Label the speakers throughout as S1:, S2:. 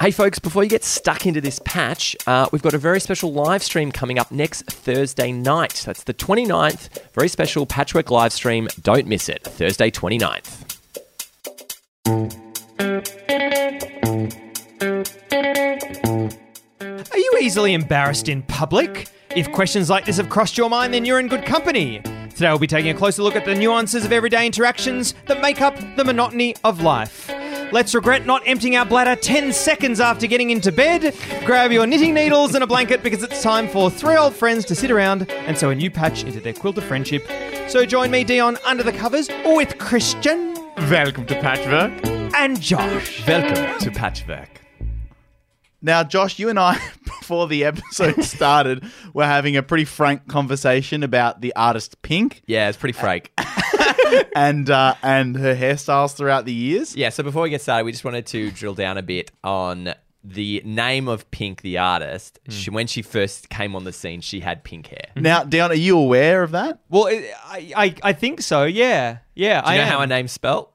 S1: Hey, folks, before you get stuck into this patch, uh, we've got a very special live stream coming up next Thursday night. That's the 29th. Very special patchwork live stream. Don't miss it. Thursday, 29th.
S2: Are you easily embarrassed in public? If questions like this have crossed your mind, then you're in good company. Today, we'll be taking a closer look at the nuances of everyday interactions that make up the monotony of life. Let's regret not emptying our bladder 10 seconds after getting into bed. Grab your knitting needles and a blanket because it's time for three old friends to sit around and sew a new patch into their quilt of friendship. So join me, Dion, under the covers with Christian
S3: Welcome to Patchwork.
S2: and Josh.
S3: Welcome to Patchwork.
S4: Now, Josh, you and I, before the episode started, were having a pretty frank conversation about the artist Pink
S1: Yeah, it's pretty frank.
S4: and uh, and her hairstyles throughout the years.
S1: Yeah, so before we get started, we just wanted to drill down a bit on the name of Pink the artist.
S2: Hmm.
S1: She, when she first came on the scene, she had pink hair. Do
S4: Now, Dion, are you aware of that?
S2: Well, it, I, I, I think so, yeah. Yeah,
S1: you
S2: I
S1: know
S2: am.
S1: how her name's spelt?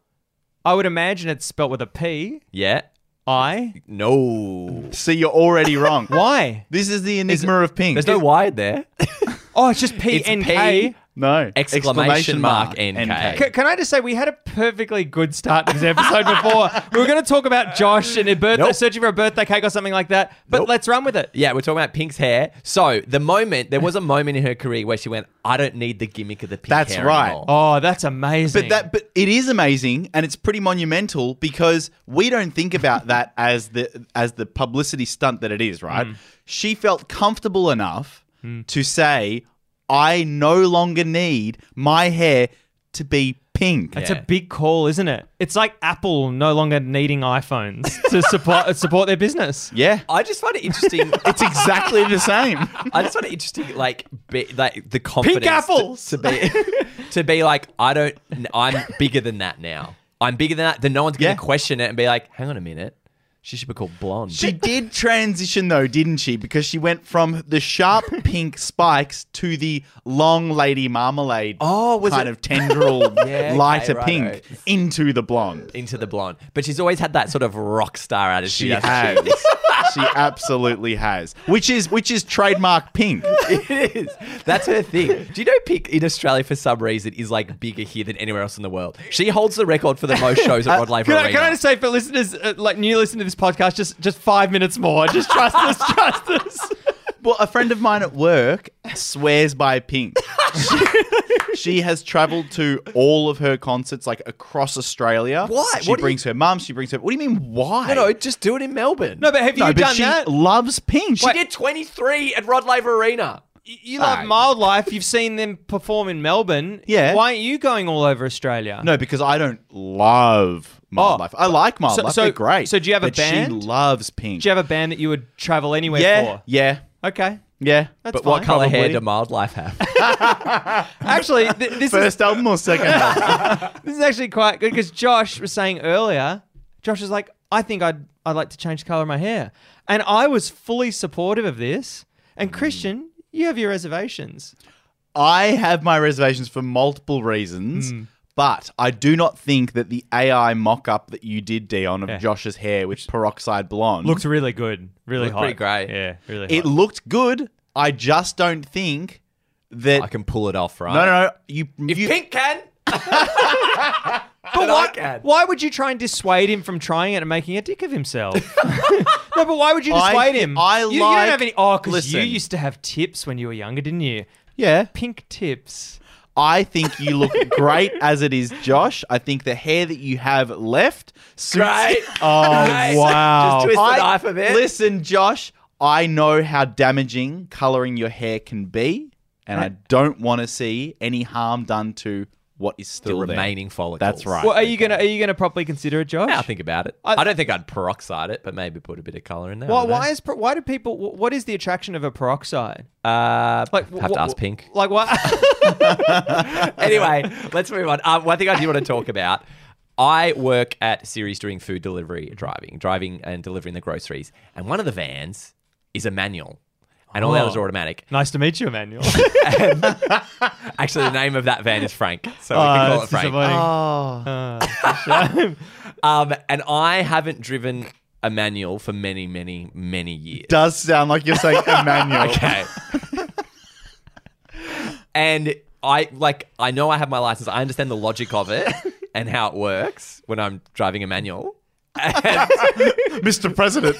S2: I would imagine it's spelt with a P.
S1: Yeah.
S2: I.
S1: No.
S4: See, you're already wrong.
S2: Why?
S4: This is the enigma of Pink.
S1: There's no wired there.
S2: Oh, it's just P
S1: It's
S2: N
S1: P.
S2: K.
S4: No.
S1: Exclamation mark NK.
S2: Can I just say we had a perfectly good start to this episode before. we were going to talk about Josh and a birthday,
S1: Nope.
S2: searching for a birthday cake or something like that. But
S1: Nope.
S2: let's run with it.
S1: Yeah, we're talking about Pink's hair. So the moment there was a moment in her career where she went, "I don't need the gimmick of the pink
S4: That's
S1: hair
S4: right.
S1: anymore."
S2: Oh, that's amazing.
S4: But that, but it is amazing, and it's pretty monumental because we don't think about that as the as the publicity stunt that it is. Right?
S1: Mm.
S4: She felt comfortable enough to say, "I no longer need my hair to be pink."
S2: That's
S1: Yeah.
S2: a big call, isn't it? It's like Apple no longer needing iPhones to support support their business.
S4: Yeah,
S1: I just find it interesting.
S4: it's exactly the same.
S1: I just find it interesting, like, be, like the confidence to-
S2: apples!
S1: To, be to be like, I don't, I'm bigger than that now. I'm bigger than that. Then no one's gonna
S4: Yeah.
S1: question it and be like, hang on a minute, she should be called blonde.
S4: She did transition though, didn't she? Because she went from the sharp pink spikes to the long lady marmalade
S1: Oh, was
S4: kind
S1: it-
S4: of tendril
S1: okay,
S4: lighter
S1: righto.
S4: pink into the blonde.
S1: into the blonde, but she's always had that sort of rock star attitude.
S4: She
S1: hasn't
S4: has. she absolutely has. Which is which is trademark pink.
S1: It is. That's her thing. Do you know Pick in Australia for some reason is like bigger here than anywhere else in the world? She holds the record for the most shows at Rod Laver
S2: Uh, Can I,
S1: Arena.
S2: can I just say for listeners, uh, like new listeners to this podcast, just just five minutes more. Just trust us, trust us.
S4: Well, a friend of mine at work swears by pink. She, she has traveled to all of her concerts like across Australia.
S1: Why?
S4: She
S1: What do you-
S4: brings her mum, she brings her What do you mean why?
S1: no, no, just do it in Melbourne.
S2: No, but have
S4: No,
S2: you
S4: but
S2: done
S4: she
S2: that?
S4: loves pink. She
S1: she did 23 at Rod Laver Arena.
S2: You you love
S4: Aye.
S2: Mildlife. You've seen them perform in Melbourne.
S4: Yeah.
S2: Why aren't you going all over Australia?
S4: No, because I don't love Mildlife. I like Mildlife.
S2: So- so-
S4: They're great.
S2: so do you have a
S4: but
S2: band?
S4: She loves pink.
S2: Do you have a band that you would travel anywhere
S4: yeah,
S2: for?
S4: yeah,
S2: Okay.
S4: yeah.
S2: That's
S4: but
S2: fine.
S4: what
S1: Colour
S4: color
S1: hair to Mildlife have.
S2: Actually, th- this is
S4: First album or second album?
S2: this is actually quite good because Josh was saying earlier. Josh was like, I think I'd I'd like to change the color of my hair, and I was fully supportive of this. And Christian, you have your reservations.
S4: I have my reservations for multiple reasons.
S1: Hmm.
S4: But I do not think that the AI mock-up that you did, Dion, of
S2: Yeah.
S4: Josh's hair with peroxide blonde
S2: really good, really
S1: Looked pretty hot. great.
S2: Yeah, really.
S4: It looked good. I just don't think that.
S1: I can pull it off, right?
S4: no, no, no. You,
S1: If
S4: you
S1: Pink can,
S2: But
S1: I
S2: why,
S1: can.
S2: why would you try and dissuade him from trying it and making a dick of himself? no, but why would you
S4: I-
S2: dissuade him?
S4: I
S2: you, you don't
S4: like-
S2: have any. Oh, because you
S4: listen.
S2: used to have tips when you were younger, didn't you?
S4: yeah.
S2: Pink tips.
S4: I think you look great as it is, Josh. I think the hair that you have left suits.
S1: Great.
S4: Oh
S1: Great.
S4: wow!
S1: Just twist the knife a bit.
S4: Listen, Josh. I know how damaging coloring your hair can be, and I don't want to see any harm done to what is
S1: the
S4: still there.
S1: remaining follicles.
S4: That's right.
S2: Well, are you gonna are you gonna properly consider it, Josh?
S1: I'll think about it. I, don't think I'd peroxide it, but maybe put a bit of colour in there. I
S2: Why,
S1: don't know.
S2: why is per- why do people? wh- What is the attraction of a peroxide?
S1: Uh,
S2: Like,
S1: have
S2: wh-
S1: to ask
S2: wh-
S1: Pink.
S2: Like what?
S1: anyway, let's move on. Um, one thing I do want to talk about. I work at Series doing food delivery, driving, driving and delivering the groceries. And one of the vans is a manual, and all the
S2: Oh.
S1: others are automatic.
S2: nice to meet you, Emmanuel.
S1: Actually, the name of that van is Frank, so we
S2: Ah,
S1: can call it
S2: that's
S1: Frank.
S2: disappointing.
S4: Oh,
S1: Um, and I haven't driven Emmanuel for many, many, many years.
S4: Does sound like you're saying Emmanuel.
S1: Okay. and I like I know I have my license. I understand the logic of it and how it works when I'm driving a manual. And-
S4: Mr. President.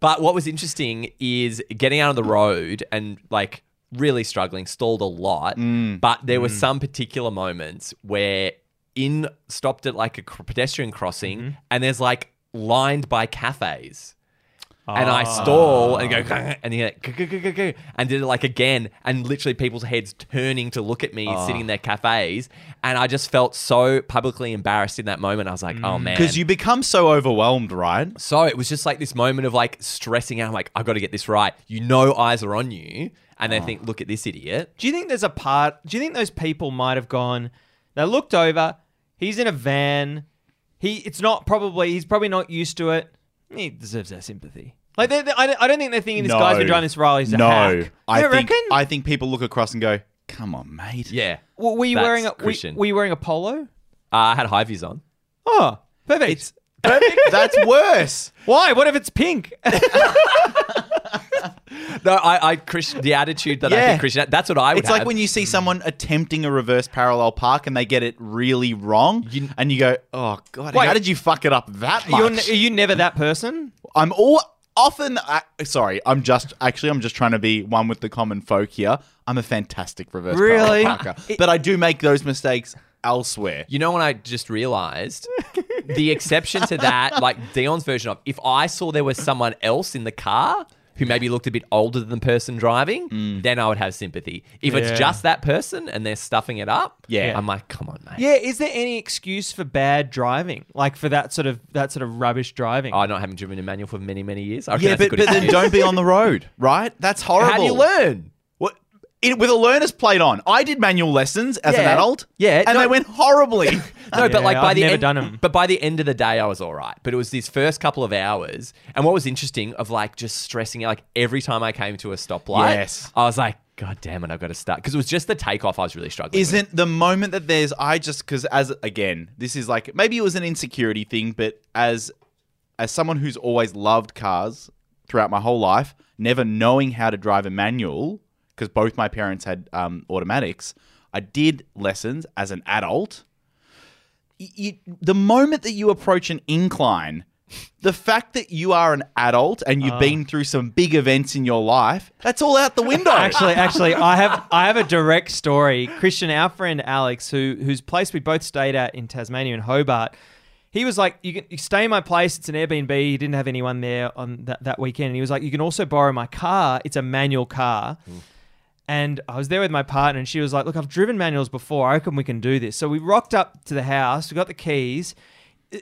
S1: but what was interesting is getting out on the road and like really struggling, stalled a lot. But there were some particular moments where in stopped at like a cr- pedestrian crossing and there's like lined by cafes and I stall and go, and he like, "Gah, gah, gah, gah, gah," and did it like again, and literally people's heads turning to look at me sitting in their cafes, and I just felt so publicly embarrassed in that moment. I was like, oh man,
S4: Because you become so overwhelmed, right?
S1: So it was just like this moment of like stressing out. I'm like, I got to get this right. You know, eyes are on you, and
S4: Uh-huh.
S1: they think, look at this idiot.
S2: Do you think there's a part? Do you think those people might have gone? They looked over. He's in a van. He. It's not probably. He's probably not used to it. He deserves our sympathy. Like they're, they're- I, don't, I don't think they're thinking this
S4: No.
S2: guy's been driving this Riley's a
S4: no,
S2: hack.
S4: I
S2: You
S4: think
S2: reckon.
S4: I think people look across and go, "Come on, mate."
S1: Yeah,
S2: W- were you
S1: That's
S2: wearing a were,
S1: Christian.
S2: were you wearing a polo?
S1: uh, I had high views on.
S2: Oh, perfect.
S4: that's worse.
S2: Why? What if it's pink?
S1: No, I, I Christian, the attitude that I
S4: Yeah.
S1: think Christian. That's what I would.
S4: It's like
S1: have.
S4: when you see someone attempting a reverse parallel park and they get it really wrong,
S1: You-
S4: and you go, "Oh God,
S2: Wait.
S4: how did you fuck it up that much?"
S2: You're, n- are you never that person?
S4: I'm all often. I, sorry, I'm just actually I'm just trying to be one with the common folk here. I'm a fantastic reverse
S2: Really?
S4: parallel parker, but I do make those mistakes elsewhere.
S1: You know when I just realized the exception to that, like Dion's version of, if I saw there was someone else in the car who maybe looked a bit older than the person driving,
S4: Mm.
S1: then I would have sympathy. If
S2: Yeah.
S1: it's just that person and they're stuffing it up,
S4: Yeah.
S1: I'm like, come on, mate.
S2: Yeah. Is there any excuse for bad driving? Like for that sort of that sort of rubbish driving?
S1: I not having driven a manual for many, many years. I reckon
S4: Yeah,
S1: that's a
S4: but,
S1: good
S4: but then
S1: excuse.
S4: don't be on the road, right? That's horrible.
S1: How do you learn?
S4: What? It, with a learner's plate on. I did manual lessons as an
S1: Yeah.
S4: adult.
S1: Yeah,
S4: And
S1: no-
S4: they went horribly.
S1: No, but like
S2: Yeah,
S1: by
S2: I've
S1: the
S2: never
S1: end,
S2: done 'em.
S1: but by the end of the day, I was all right. But it was these first couple of hours, and what was interesting of like just stressing out, like every time I came to a stoplight,
S4: Yes.
S1: I was like, God damn it, I've got to start because it was just the takeoff I was really struggling. with.
S4: Isn't the moment that there's, I just, because as, again, this is like, maybe it was an insecurity thing, but as, as someone who's always loved cars throughout my whole life, never knowing how to drive a manual, because both my parents had um, automatics, I did lessons as an adult. Y- you, the moment that you approach an incline, the fact that you are an adult and
S1: Ah.
S4: you've been through some big events in your life, that's all out the window.
S2: actually, actually, I have I have a direct story. Christian, our friend Alex, who whose place we both stayed at in Tasmania in Hobart, he was like, "You can you stay in my place. It's an Airbnb. He didn't have anyone there on that that weekend." And he was like, "You can also borrow my car. It's a manual car." And I was there with my partner, and she was like, "Look, I've driven manuals before. I reckon we can do this." So we rocked up to the house. We got the keys.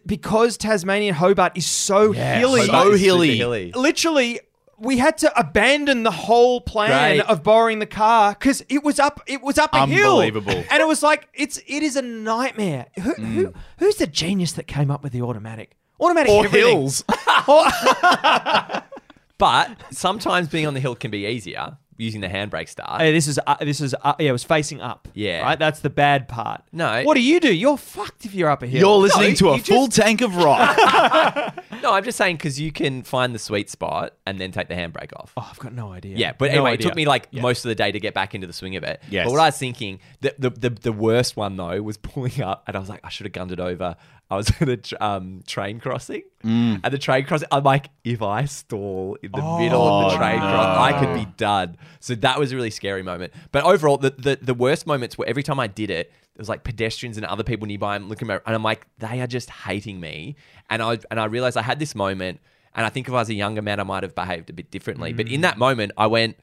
S2: Because Tasmanian Hobart is so hilly,
S4: Hobart is super hilly.
S2: literally we had to abandon the whole plan
S1: Right.
S2: of borrowing the car because it was up it was up a hill
S4: Unbelievable.
S2: and it was like it's it is a nightmare who,
S1: Mm.
S2: who who's the genius that came up with the automatic automatic
S4: or
S2: everything.
S4: hills.
S1: But sometimes being on the hill can be easier using the handbrake start.
S2: Hey, this is uh, this is uh, yeah it was facing up
S1: Yeah.
S2: right that's the bad part
S1: No.
S2: what do you do you're fucked if you're up a hill
S4: You're listening
S1: No,
S4: to a
S1: you
S4: full tank of rock.
S1: no, I'm just saying because you can find the sweet spot and then take the handbrake off.
S2: oh, I've got no idea
S1: Yeah, but
S2: No
S1: anyway,
S2: idea.
S1: it took me like most of the day to get back into the swing of it.
S4: Yes.
S1: But what I was thinking, the the, the, the worst one though was pulling up, and I was like, I should have gunned it over. I was at a tr- um, train crossing, and the train crossing. I'm like, if I stall in the middle of the
S4: Oh,
S1: train crossing, I could be done. So that was a really scary moment. But overall, the, the the worst moments were every time I did it. There was like pedestrians and other people nearby. I'm looking around, and I'm like, they are just hating me. And I and I realized I had this moment. And I think if I was a younger man, I might have behaved a bit differently. But
S4: Mm.
S1: in that moment, I went,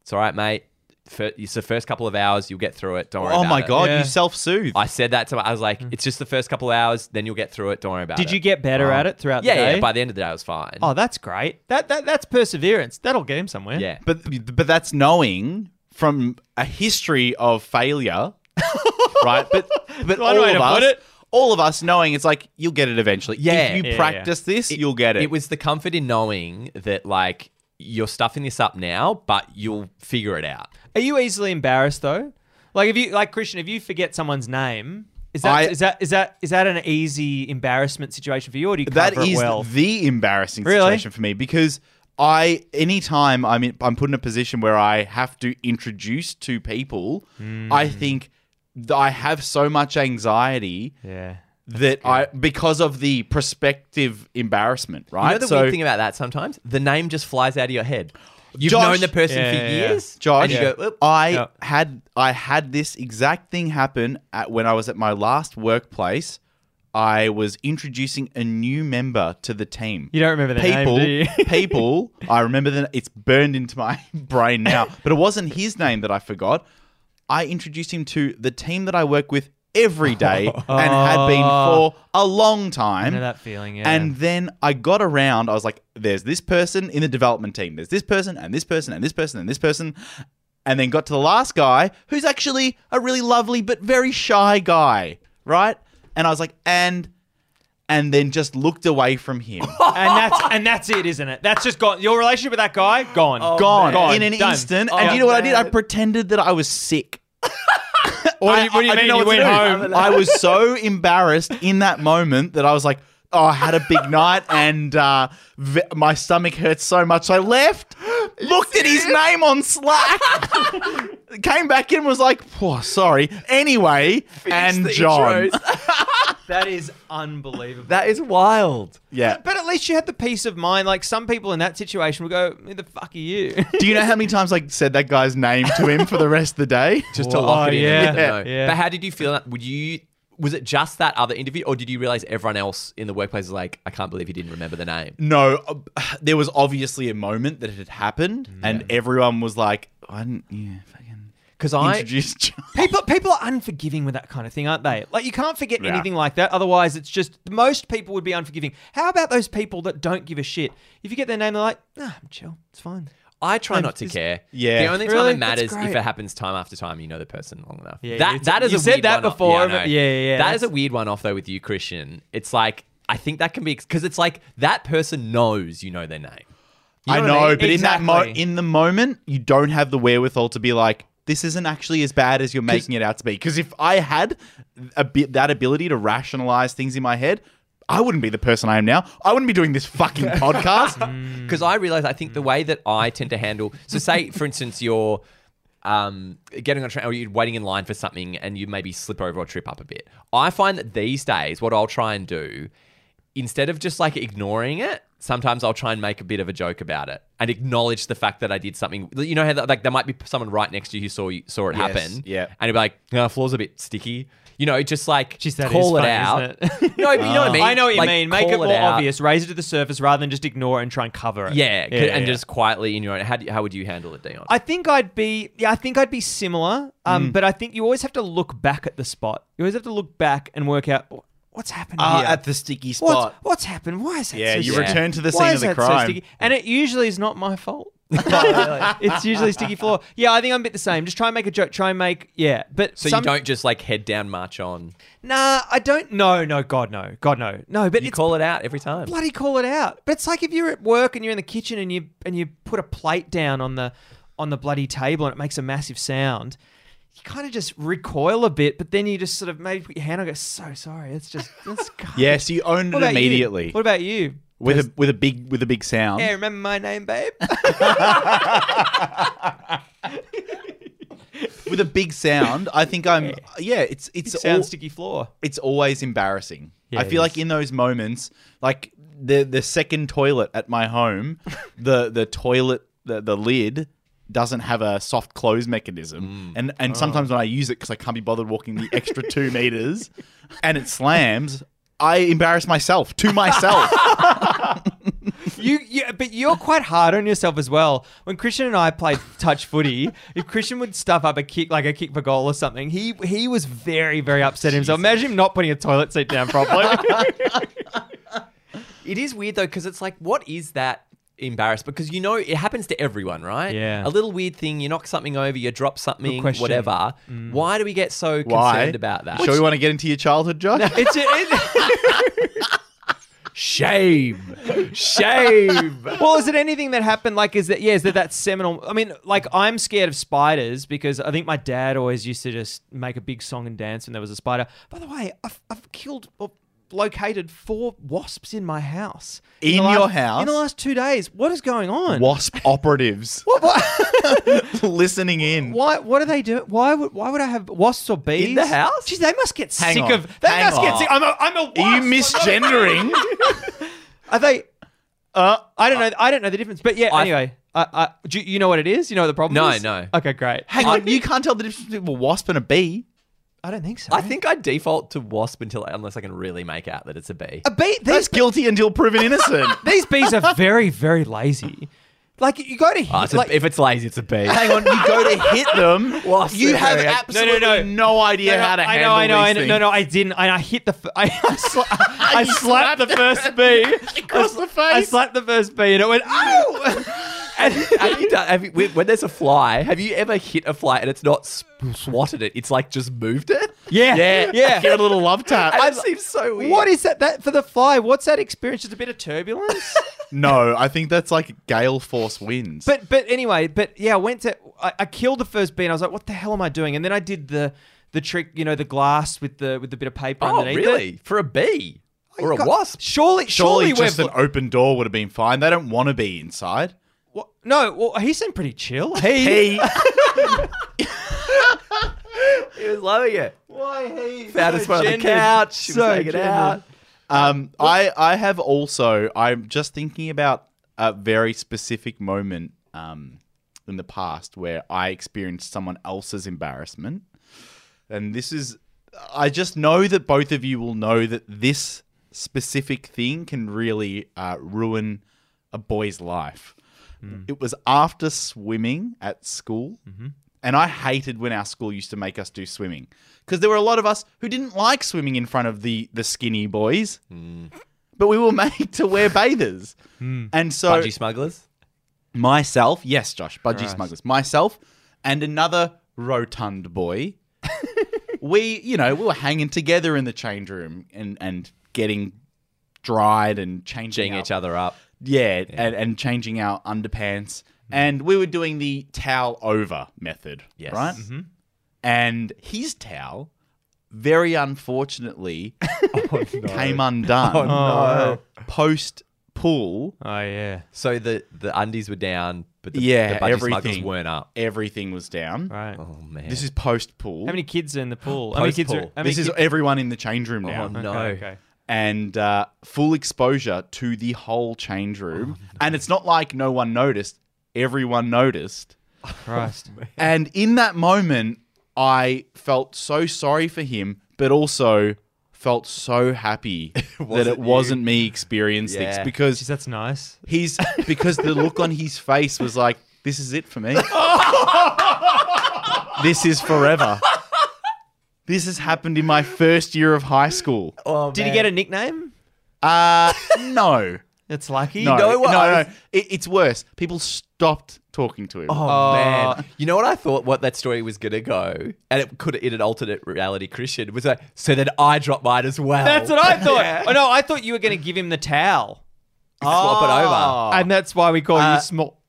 S1: it's all right, mate. Fir- It's the first couple of hours. You'll get through it. Don't worry
S4: oh
S1: about
S4: my
S1: it."
S4: god, Mm.
S2: Yeah.
S4: you self-soothe.
S1: I said that to my, I was like, it's just the first couple of hours. Then you'll get through it. Don't worry about it.
S2: did you get better at it throughout
S1: Yeah,
S2: the day
S1: yeah. By the end of the day, I was fine.
S2: oh that's great that, that that's perseverance that'll get him somewhere
S1: yeah.
S4: but but that's knowing from a history of failure, right? But but
S2: One
S4: all
S2: way
S4: of
S2: to
S4: us,
S2: put it.
S4: all of us knowing it's like you'll get it eventually.
S1: Yeah.
S4: if you
S2: Yeah, yeah.
S4: practice this, you'll get it.
S1: It was the comfort in knowing that like you're stuffing this up now, but you'll figure it out.
S2: Are you easily embarrassed though? Like if you like Christian, if you forget someone's name, Is that
S4: I-
S2: is that is that is that an easy embarrassment situation for you, or do you cover
S4: That
S2: it
S4: is
S2: well?
S4: the embarrassing
S2: Really?
S4: situation for me because I anytime I'm in, I'm put in a position where I have to introduce two people, I
S2: Hmm.
S4: think th- I have so much anxiety
S2: yeah.
S4: that I because of the prospective embarrassment, right?
S1: You know the
S4: so
S1: weird thing about that sometimes? The name just flies out of your head. You've
S4: Josh-
S1: known the person
S2: Yeah,
S1: for
S2: yeah, yeah.
S1: years.
S4: Josh,
S1: And you go, "Oop."
S4: I
S2: Yeah.
S4: had I had this exact thing happen at when I was at my last workplace. I was introducing a new member to the team.
S2: You don't remember the
S4: people,
S2: name, do you?
S4: people. I remember that it's burned into my brain now. But it wasn't his name that I forgot. I introduced him to the team that I work with every day and had been for a long time.
S2: Oh. I know that feeling, yeah.
S4: And then I got around. I was like, "There's this person in the development team. There's this person and this person and this person and this person." And then got to the last guy, who's actually a really lovely but very shy guy, right? And I was like, and and then just looked away from him.
S2: and that's and that's it, isn't it? That's just gone. Your relationship with that guy gone,
S4: Oh, gone,
S2: gone
S4: in an
S2: Done.
S4: instant.
S2: Oh,
S4: and you know what I did? I
S1: man.
S4: pretended that I was sick.
S2: What do you, what do you mean?
S4: I didn't know
S2: you
S4: what
S2: went
S4: to
S2: home.
S4: do. I was so embarrassed in that moment that I was like, "Oh, I had a big night, and uh, v- my stomach hurt so much I left." Looked at his name on Slack, came back in, was like, "Oh, sorry." Anyway, and
S1: the
S4: John,
S1: intros.
S2: Oh, That is unbelievable.
S1: That is wild.
S4: yeah.
S2: But at least you had the peace of mind. Like some people in that situation will go, "Who the fuck are you?"
S4: Do you know how many times I said that guy's name to him for the rest of the day?
S1: Just to lock
S2: Oh,
S1: it in.
S2: yeah.
S1: and let them know.
S2: Yeah.
S1: But how did you feel? Would you? Was it just that other interview, or did you realize everyone else in the workplace is like, I can't believe you didn't remember the name?
S4: No, uh, there was obviously a moment that it had happened, and everyone was like, "I didn't, yeah, fucking
S1: Because I
S4: introduced." John.
S2: people people are unforgiving with that kind of thing, aren't they? Like you can't forget
S4: Yeah.
S2: anything like that. Otherwise, it's just most people would be unforgiving. How about those people that don't give a shit? If you get their name, they're like, "Nah, I'm chill. It's fine."
S1: I try
S2: I'm
S1: not to
S2: just-
S1: care.
S4: Yeah.
S1: The only
S2: Really?
S1: time it
S2: That's
S1: matters
S2: great.
S1: if it happens time after time, you know the person long enough.
S2: Yeah,
S1: that
S2: it's-
S1: that is
S2: you
S1: a
S2: said
S1: weird
S2: that
S1: one-off. Yeah,
S2: before,
S1: I
S2: but-
S1: know.
S2: yeah, yeah, yeah,
S1: That is
S2: that's-
S1: a weird one off though with you, Christian. It's like I think that can be because it's like that person knows you know their name.
S4: I
S2: know
S4: know,
S2: what I mean?
S4: but in that mo-
S2: Exactly.
S4: in the moment, you don't have the wherewithal to be like, "This isn't actually as bad as you're making it out to be." Because if I had a bit that ability to rationalize things in my head, I wouldn't be the person I am now. I wouldn't be doing this fucking
S2: Mm.
S4: podcast.
S1: because I realize I think the way that I tend to handle so say for instance you're um, getting on a train or you're waiting in line for something and you maybe slip over or trip up a bit. I find that these days what I'll try and do instead of just like ignoring it, sometimes I'll try and make a bit of a joke about it and acknowledge the fact that I did something. You know how that, like there might be someone right next to you who saw you saw it
S4: Yes,
S1: happen,
S4: yeah.
S1: and you'll be like, "Oh, floor's a bit sticky." You know, just like
S2: Jeez, that is
S1: call it
S2: funny,
S1: out.
S2: isn't it?
S1: no, but you know what I mean.
S2: Ah. I know what you
S1: Like,
S2: mean. Make
S1: call
S2: it more
S1: out.
S2: obvious. Raise it to the surface rather than just ignore it and try and cover it.
S1: Yeah, c- and
S2: yeah.
S1: just quietly in your own. How, do, how would you handle it, Dion?
S2: I think I'd be yeah, I think I'd be similar.
S1: Mm.
S2: Um, but I think you always have to look back at the spot. You always have to look back and work out "Wh- what's happened
S1: Uh,
S2: here.
S4: uh, the sticky
S2: what's, what's happened? Why is that?
S4: Yeah,
S2: so
S4: you
S2: sticky?
S4: return to the
S2: Why
S4: scene
S2: is
S4: of the
S2: that so
S4: crime.
S2: sticky? and it usually is not my fault. it's usually sticky floor. Yeah, I think I'm a bit the same. Just try and make a joke. Try and make yeah, but
S1: so
S2: some,
S1: you don't just like head down, march on.
S2: Nah, I don't. No, no, God, no, God, no, no. But
S1: You
S2: it's
S1: call it out every time.
S2: bloody call it out. But it's like if you're at work and you're in the kitchen and you and you put a plate down on the on the bloody table and it makes a massive sound. You kind of just recoil a bit, but then you just sort of maybe put your hand on and go, "So sorry." It's just that's
S4: Yes, you owned
S2: What
S4: it
S2: about you?
S4: immediately
S2: What about you?
S4: with a with a big with a big sound.
S2: Yeah, remember my name, babe?
S4: With a big sound, I think I'm. Yeah, it's it's all,
S2: Sounds sticky floor.
S4: it's always embarrassing.
S2: Yeah,
S4: I
S2: it
S4: feel
S2: is.
S4: like in those moments, like the the second toilet at my home, the the toilet the, the lid doesn't have a soft close mechanism, and and
S2: Oh.
S4: sometimes when I use it because I can't be bothered walking the extra two meters, and it slams. I embarrass myself to myself.
S2: You, yeah, but you're quite hard on yourself as well. When Christian and I played touch footy, if Christian would stuff up a kick like a kick for goal or something, he he was very very upset himself. Imagine him not putting a toilet seat down properly.
S1: It is weird though, because it's like, what is that embarrassed? Because you know it happens to everyone, right?
S2: Yeah.
S1: A little weird thing, you knock something over, you drop something,
S2: question.
S1: whatever. Mm. Why do we get so
S4: Why?
S1: concerned about that?
S4: Sure, you want to get into your childhood, Josh?
S2: it's it,
S1: Shame. Shame.
S2: Well, is it anything that happened? Like, is that yeah? Is that that seminal? I mean, like, I'm scared of spiders because I think my dad always used to just make a big song and dance when there was a spider. By the way, I've, I've killed or located four wasps in my house.
S4: In
S2: the
S4: your
S2: last-
S4: house?
S2: In the last two days, what is going on?
S4: Wasp operatives
S2: What? what?
S4: listening in.
S2: Why? What are they doing? Why would? Why would I have wasps or bees
S1: the house?
S2: Jeez, they must get
S4: Hang
S2: sick
S4: on.
S2: of. They
S4: Hang
S2: must get
S4: on.
S2: sick. I'm a. I'm a wasp.
S4: Are you misgendering?
S2: Are they? uh, I don't know. I don't know the difference. But yeah. anyway, I, I, do you, you know what it is? You know what the problem
S1: No,
S2: is?
S1: no.
S2: Okay, great.
S4: Hang on, you can't tell the difference between a wasp and a bee.
S2: I don't think so.
S1: I think I default to wasp until unless I can really make out that it's a bee.
S2: a bee.
S4: That's
S2: These
S4: guilty until proven innocent.
S2: these bees are very very lazy. Like you go to
S4: Oh,
S1: Ah, it's a-
S2: like,
S1: if it's lazy, it's a bee.
S4: Hang on, you go to hit them.
S1: Wasps
S4: you
S1: are
S4: have
S1: very- No, no,
S4: absolutely no,
S2: no.
S4: idea
S2: No, no,
S4: how to
S2: I know,
S4: handle
S2: I know, I
S4: these
S2: know.
S4: things.
S2: No, no, I didn't. I, I hit the. F- I, I, sla- I slapped the first bee
S4: Across
S2: I,
S4: the face.
S2: I slapped the first bee, and it went. Oh!
S1: have you done, have you, when when there's a fly, have you ever hit a fly and it's not s- swatted it? It's like just moved it.
S2: Yeah,
S4: Yeah,
S2: yeah.
S4: Give it a little love tap.
S1: That seems so weird.
S2: What is that? That for the fly? What's that experience? Just a bit of turbulence.
S4: no, I think that's like gale force winds.
S2: but but anyway, but yeah, I went to I, I killed the first bee, and I was like, what the hell am I doing? And then I did the the trick, you know, the glass with the with the bit of paper
S1: Oh,
S2: underneath.
S1: really?
S2: It. Oh,
S1: For a bee or a
S2: God,
S1: wasp?
S2: Surely, surely,
S4: surely,
S2: we're
S4: just an open door would have been fine. They don't want to be inside.
S2: What? No, well, he seemed pretty chill. He.
S4: He
S1: He was loving it.
S2: Why he?
S1: Found his one on the couch. He was hanging out.
S4: Um, I I have also. I'm just thinking about a very specific moment um, in the past where I experienced someone else's embarrassment, and this is. I just know that both of you will know that this specific thing can really uh, ruin a boy's life. It was after swimming at school. And I hated when our school used to make us do swimming because there were a lot of us who didn't like swimming in front of the the skinny boys, but we were made to wear bathers. And so
S1: Budgie smugglers.
S4: myself, yes, Josh, budgie
S2: Christ.
S4: smugglers, myself, and another rotund boy. we, you know, we were hanging together in the change room and and getting dried and changing
S1: Jing
S4: our-
S1: each other up.
S4: yeah, And, and changing our underpants. And we were doing the towel over method,
S1: Yes.
S4: right? And his towel, very unfortunately, came undone
S2: no.
S4: post pull.
S2: Oh yeah.
S1: So the, the undies were down, but the, the
S4: Yeah,
S1: budgie smugglers
S4: everything.
S1: weren't up.
S4: Everything was down.
S2: Right.
S1: Oh, man.
S4: This is post pull.
S2: How many kids are in the pool? How many kids are?
S1: Post-pool.
S2: How many
S4: this is
S2: kids-
S4: everyone in the change room
S1: Oh,
S4: now.
S1: no.
S2: Okay.
S4: and uh, full exposure to the whole change room. And it's not like no one noticed, everyone noticed.
S2: Christ.
S4: And in that moment, I felt so sorry for him, but also felt so happy that
S1: wasn't
S4: it
S1: you.
S4: wasn't me experiencing this
S1: Yeah.
S2: Jeez,
S4: because
S2: that's nice.
S4: he's because the look on his face was like, "This is it for me. this is forever." This has happened in my first year of high school.
S1: Oh,
S2: Did he
S1: man.
S2: get a nickname?
S4: Uh, no.
S2: It's lucky.
S4: No,
S1: know what?
S4: no,
S1: I
S4: no. It, it's worse. People stopped talking to him.
S1: Oh,
S2: Oh.
S1: man. You know what I thought what that story was gonna go? And it could in an alternate reality Christian was like, so then I dropped mine as well.
S2: That's what I thought.
S1: Yeah.
S2: Oh no, I thought you were going to give him the towel,
S1: Swap it over.
S2: Oh. and that's why we call you small.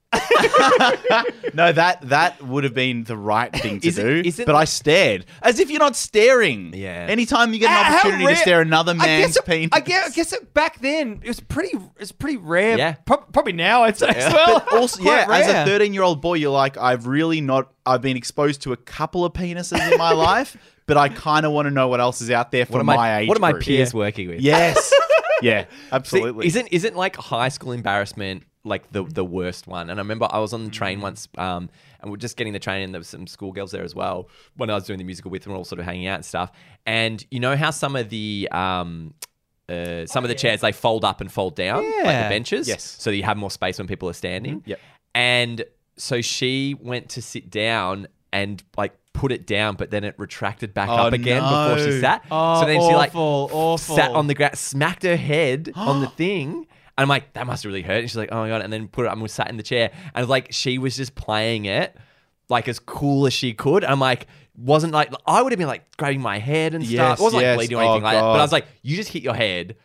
S4: No, that that would have been the right thing to
S1: Is it-
S4: do.
S1: is it-
S4: but I stared, as if you're not staring.
S1: Yeah.
S4: Anytime you get
S2: Ah,
S4: an
S2: how
S4: opportunity
S2: rare-
S4: to stare another
S2: I guess,
S4: man's
S2: it,
S4: penis,
S2: I guess, I guess it, back then it was pretty. It's pretty rare.
S1: Yeah.
S2: Prob- probably now I'd say as well.
S4: But also,
S2: Quite
S4: yeah, as
S2: rare.
S4: a 13 year old boy, you're like, I've really not. I've been exposed to a couple of penises in my life, but I kind of want to know what else is out there for
S1: What are
S4: my,
S1: my,
S4: age.
S1: what are my
S4: group.
S1: peers working with?
S4: Yes. yeah.
S1: See,
S4: Absolutely.
S1: isn't isn't like high school embarrassment like the the worst one? And I remember I was on the
S4: Mm.
S1: train once, um, and we are just getting the train, and there was some schoolgirls there as well. When I was doing the musical with them, we we're all sort of hanging out and stuff. And you know how some of the um, uh, some of the chairs they fold up and fold down, like
S2: Yeah.
S1: the benches,
S4: Oh, Yes. Mm,
S1: so that you have more space when people are standing.
S4: Yep.
S1: And so she went to sit down and like put it down, but then it retracted back
S4: Oh,
S1: up again before
S4: no.
S1: she sat.
S2: Oh,
S1: so then she like
S2: awful, awful.
S1: sat on the ground, smacked her head on the thing. And I'm like, that must have really hurt. And she's like, oh my God. And then put it, I'm sat in the chair. And like, she was just playing it like as cool as she could. I'm like, wasn't like, I would have been like grabbing my head and stuff.
S4: Yes,
S1: it wasn't
S4: yes.
S1: like bleeding or
S4: Oh,
S1: anything like that. But
S4: God.
S1: I was like, you just hit your head.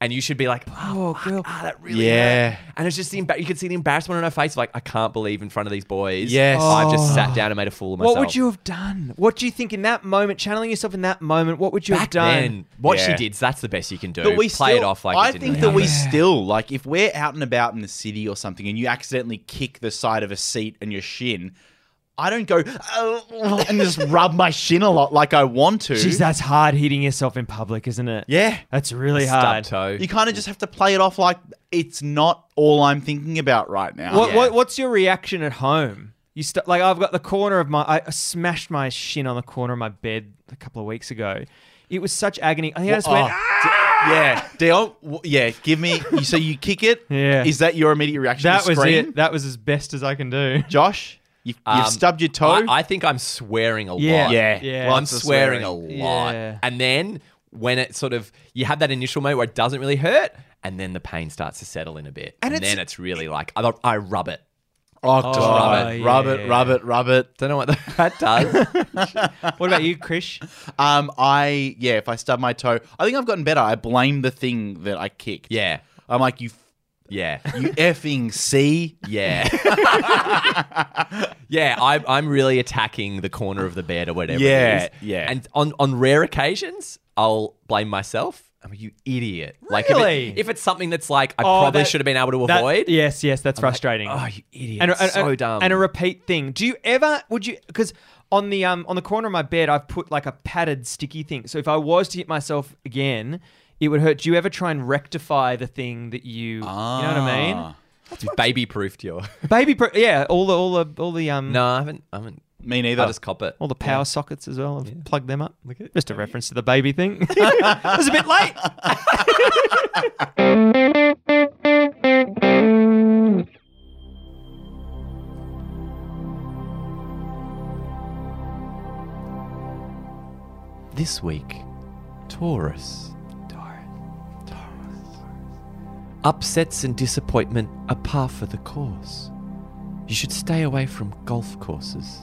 S1: and you should be like, oh, fuck,
S2: girl."
S1: ah, that really,
S4: Yeah.
S1: hurt." And it's just the embar- you could see the embarrassment on her face, like, I can't believe in front of these boys,
S4: Yes. Oh.
S1: I've just sat down and made a fool of myself.
S2: What would you have done? What do you think in that moment, channeling yourself in that moment, what would you have
S1: back
S2: done?
S1: then? What she
S4: Yeah.
S1: did, that's the best you can do.
S4: But we
S1: play
S4: still,
S1: it off like
S4: I
S1: it didn't
S4: think
S1: really
S4: that we
S1: happen.
S4: still like if we're out and about in the city or something, and you accidentally kick the side of a seat and your shin. I don't go "Oh," and just rub my shin a lot like I want to.
S2: Jeez, that's hard hitting yourself in public, isn't it?
S4: yeah,
S2: That's really
S1: stub
S2: hard.
S1: toe.
S4: you kind of just have to play it off like it's not all I'm thinking about right now.
S2: What,
S1: Yeah.
S2: what, what's your reaction at home? You st- like I've got the corner of my I smashed my shin on the corner of my bed a couple of weeks ago. It was such agony. I think I just went.
S4: Oh,
S2: "Ah!"
S4: d- yeah, Dion. w- Yeah, give me. You, so you kick it.
S2: Yeah.
S4: Is that your immediate reaction?
S2: That
S4: to
S2: was
S4: scream?
S2: it. That was as best as I can do.
S4: Josh, you,
S1: Um,
S4: you've stubbed your toe.
S1: I, I think I'm swearing a
S2: Yeah.
S1: lot.
S4: yeah,
S2: Yeah.
S1: I'm
S4: Lots of
S1: swearing, a
S4: swearing.
S1: lot.
S2: Yeah.
S1: And then when it sort of you have that initial moment where it doesn't really hurt, and then the pain starts to settle in a bit,
S2: And
S1: and,
S2: it's-
S1: then it's really like I, I rub it.
S4: Oh, just
S2: Oh,
S4: rub it, rub
S2: yeah.
S4: it, rub it, rub it.
S1: Don't know what that does.
S2: What about you, Krish?
S4: Um, I yeah, if I stub my toe, I think I've gotten better. I blame the thing that I kicked.
S1: yeah,
S4: I'm like you, f-
S1: yeah,
S4: you effing see.
S1: yeah, yeah. I, I'm really attacking the corner of the bed or whatever.
S4: Yeah,
S1: it is.
S4: yeah.
S1: And on on rare occasions, I'll blame myself. I'm like, you idiot. Like if, it-
S2: Really?
S1: if it's something that's like I
S2: Oh,
S1: probably
S2: that-
S1: should have been able to
S2: That-
S1: avoid.
S2: yes, yes, that's frustrating.
S1: Oh, you idiot!
S2: and,
S1: It's
S2: and-
S1: so
S2: and-
S1: dumb.
S2: and a repeat thing. Do you ever? Would you? Because on the um on the corner of my bed, I've put like a padded sticky thing. So if I was to hit myself again, it would hurt. Do you ever try and rectify the thing that you? You know what I mean?
S4: Ah.
S1: baby proofed your.
S2: Baby, pro- yeah. All the all the all the um
S1: No, I haven't. I haven't.
S4: Me neither.
S1: I just cop it.
S2: all the power sockets as well. I've plugged them up. Just a reference to the baby thing. it was a bit late.
S1: This week, Taurus. Taurus. Upsets and disappointment are par for the course. You should stay away from golf courses.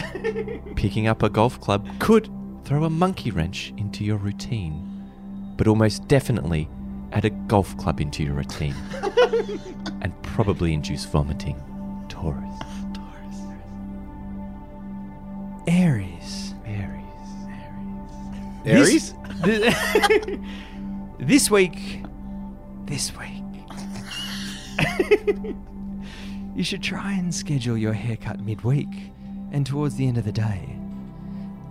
S1: Picking up a golf club could throw a monkey wrench into your routine, but almost definitely add a golf club into your routine and probably induce vomiting. Taurus.
S2: Aries.
S1: Aries.
S4: Aries.
S2: This, this week, this week, you should try and schedule your haircut midweek and towards the end of the day.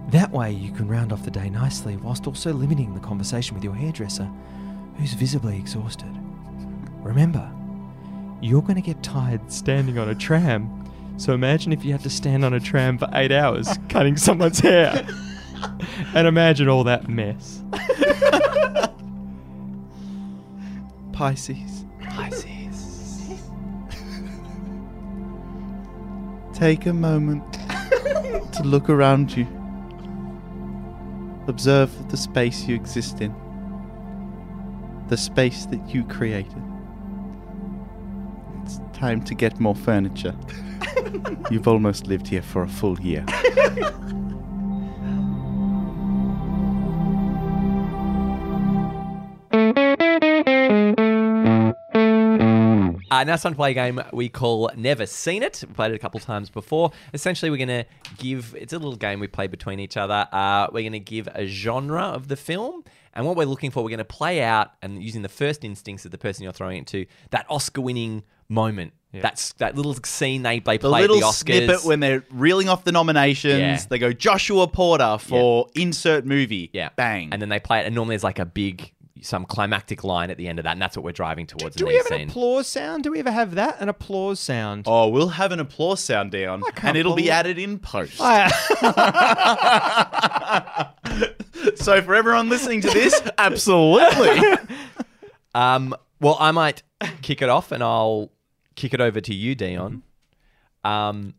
S2: That way, you can round off the day nicely whilst also limiting the conversation with your hairdresser, who's visibly exhausted. Remember, you're going to get tired standing on a tram. So imagine if you had to stand on a tram for eight hours cutting someone's hair. and imagine all that mess. Pisces.
S1: Pisces.
S4: Take a moment to look around you. Observe the space you exist in. The space that you created. It's time to get more furniture. You've almost lived here for a full year.
S1: Uh, now it's time to play a game we call Never Seen It. We played it a couple times before. Essentially, we're going to give it's a little game we play between each other. Uh, we're going to give a genre of the film. And what we're looking for, we're going to play out and using the first instincts of the person you're throwing it to, that Oscar winning moment. That's that little scene they, they
S4: The
S1: play at
S4: little
S1: the Oscars.
S4: snippet when they're reeling off the nominations,
S1: Yeah.
S4: they go Joshua Porter for insert movie.
S1: yeah.
S4: Bang.
S1: And then they play it. And normally there's like a big, some climactic line at the end of that. And that's what we're driving towards
S2: Do
S1: in
S2: we
S1: these
S2: have an
S1: scenes.
S2: applause sound? Do we ever have that? An applause sound?
S4: oh, we'll have an applause sound down and it'll be
S2: believe-
S4: added in post.
S2: I-
S4: So for everyone listening to this, absolutely.
S1: Um, well, I might kick it off and I'll kick it over to you, Dion. Um,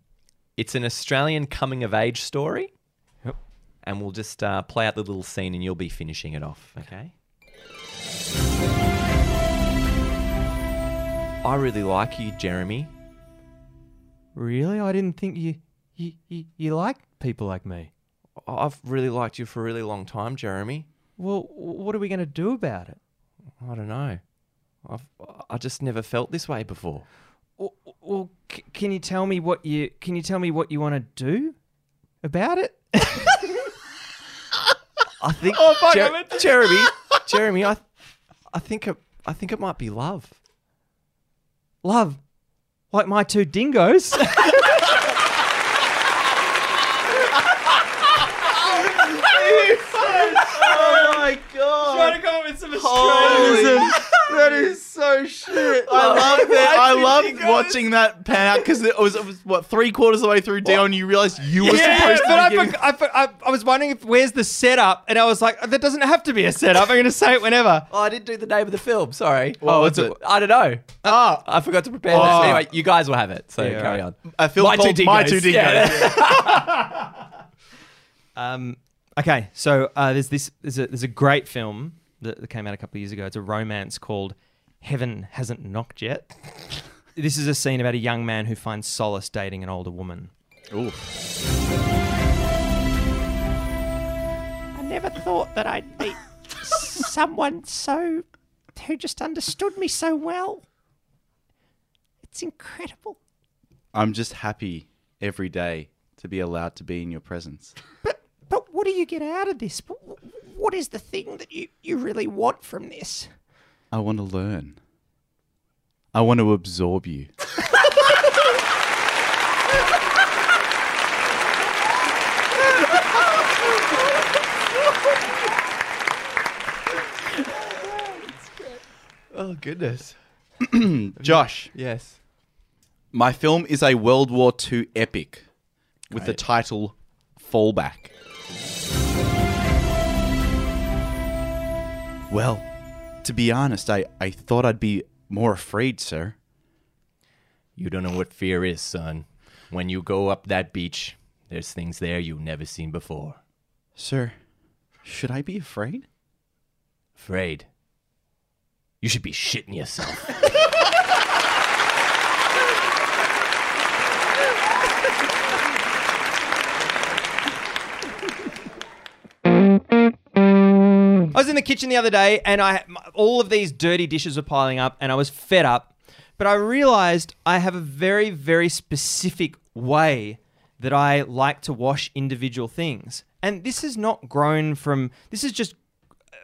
S1: it's an Australian coming of age story.
S2: Yep.
S1: And we'll just uh, play out the little scene and you'll be finishing it off, okay? I really like you, Jeremy.
S2: really? I didn't think you you, you you like people like me.
S1: I- I've really liked you for a really long time, Jeremy.
S2: Well, what are we going to do about it?
S1: I don't know. I've I just never felt this way before.
S2: Well, well c- can you tell me what you can you tell me what you want to do about it?
S1: I think
S4: Oh,
S2: fuck,
S1: Jer-
S2: I meant
S1: Jeremy, Jeremy, I, I think it, I think it might be love.
S2: Love, like my two dingoes.
S4: Oh my god!
S2: to go with some
S4: that is so shit. I love that. I loved watching that pan out because it was, it was what three quarters of the way through down. You realized you were
S2: Yeah,
S4: supposed
S2: but
S4: to
S2: I,
S4: be giving.
S2: forg- I, for- I, I was wondering if where's the setup, and I was like, that doesn't have to be a setup. I'm going to say it whenever.
S1: Oh, I didn't do the name of the film. Sorry.
S4: What was it?
S1: I don't know.
S4: Ah,
S1: I forgot to prepare
S4: Oh.
S1: this. Anyway, you guys will have it. So carry on.
S4: a film
S1: My Two
S4: called My
S1: Dingoes.
S4: Two Dingoes.
S1: Yeah.
S2: Um, okay, so uh, there's this there's a, there's a great film that, that came out a couple of years ago. It's a romance called Heaven Hasn't Knocked Yet. this is a scene about a young man who finds solace dating an older woman.
S4: Ooh.
S5: I never thought that I'd meet someone so who just understood me so well. It's incredible.
S4: I'm just happy every day to be allowed to be in your presence.
S5: But what do you get out of this? Wh- wh- What is the thing that you, you really want from this?
S4: I want to learn. I want to absorb you.
S1: Oh goodness.
S4: Josh,
S1: Yes.
S4: my film is a World War II epic with the title Fallback. Well, to be honest, I, I thought I'd be more afraid, sir.
S1: You don't know what fear is, son. When you go up that beach, there's things there you've never seen before.
S4: Sir, should I be afraid?
S1: Afraid. You should be shitting yourself.
S2: I was in the kitchen the other day, and I m- all of these dirty dishes were piling up, and I was fed up. But I realized I have a very, very specific way that I like to wash individual things, and this is not grown from. This is just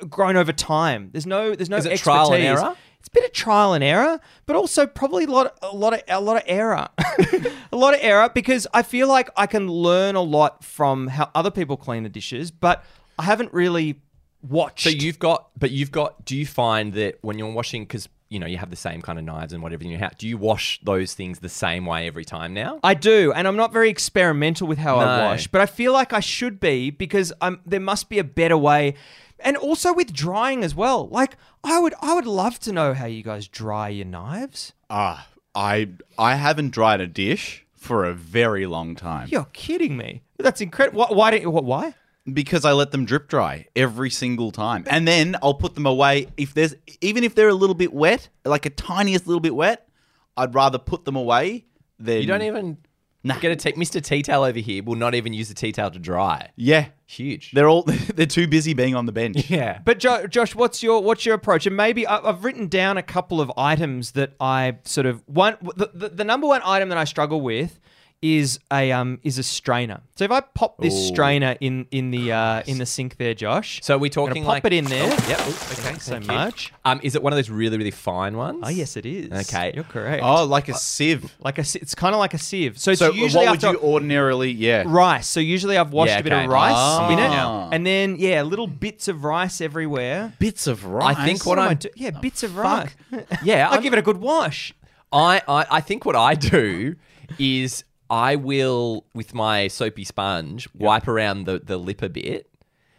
S2: uh, grown over time. There's no. There's no
S1: Is it
S2: expertise.
S1: trial and error?
S2: It's a bit of trial and error, but also probably a lot, a lot of a lot of error, a lot of error because I feel like I can learn a lot from how other people clean the dishes, but I haven't really watched.
S1: So you've got, but you've got. Do you find that when you're washing, because you know you have the same kind of knives and whatever in your house, do you wash those things the same way every time now?
S2: I do, and I'm not very experimental with how I
S1: No.
S2: wash, but I feel like I should be because I'm, there must be a better way, and also with drying as well. Like I would, I would love to know how you guys dry your knives.
S4: Ah, I I haven't dried a dish for a very long time
S2: You're kidding me. That's incredible. Why, why don't you? What? Why?
S4: because I let them drip dry every single time, and then I'll put them away if there's even if they're a little bit wet, like a tiniest little bit wet. I'd rather put them away than
S1: You don't even get a tea. Mr. Tea Towel over here will not even use the tea towel to dry.
S4: Yeah,
S1: Huge.
S4: they're all they're too busy being on the bench.
S1: yeah.
S2: But jo- Josh, what's your what's your approach? And maybe I- I've written down a couple of items that I sort of one the, the, the number one item that I struggle with is a um is a strainer. So if I pop this strainer in in the uh, in the sink there, Josh.
S1: So we're
S2: I'm gonna
S1: talking
S2: pop
S1: like
S2: it in there.
S1: Oh, yep. Ooh, okay.
S2: so
S1: thank you.
S2: much.
S1: Um, is it one of those really really fine ones?
S2: Oh yes, it is.
S1: Okay.
S2: you're correct.
S4: Oh, like a sieve.
S2: Like a, si- it's kind of like a sieve. So, it's
S4: So
S2: usually
S4: what would
S2: after
S4: you ordinarily? Yeah,
S2: rice. So usually I've washed
S1: Yeah,
S2: a bit
S1: okay.
S2: of rice
S4: Ah.
S2: in it,
S4: Yeah.
S2: and then yeah, little bits of rice everywhere.
S4: bits of
S1: I
S4: rice. Oh
S1: think what
S2: What am I
S1: I'm.
S2: do- yeah, bits of rice.
S1: Yeah,
S2: I
S1: I'm-
S2: give it a good wash.
S1: I, I, I think what I do is I will, with my soapy sponge, wipe around the, the lip a bit.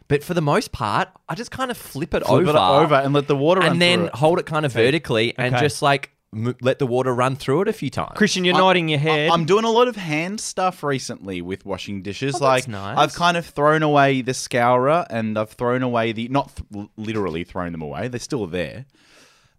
S1: But for the most part, I just kind of flip it
S4: Flip
S1: over.
S4: it over and let the water run
S1: and then
S4: through it.
S1: hold it kind of vertically and
S2: Okay.
S1: just like m- let the water run through it a few times.
S2: Christian, you're nodding your head.
S4: I- I'm doing a lot of hand stuff recently with washing dishes.
S2: Oh, that's
S4: like
S2: nice.
S4: I've kind of thrown away the scourer and I've thrown away the not th- literally thrown them away. They're still there.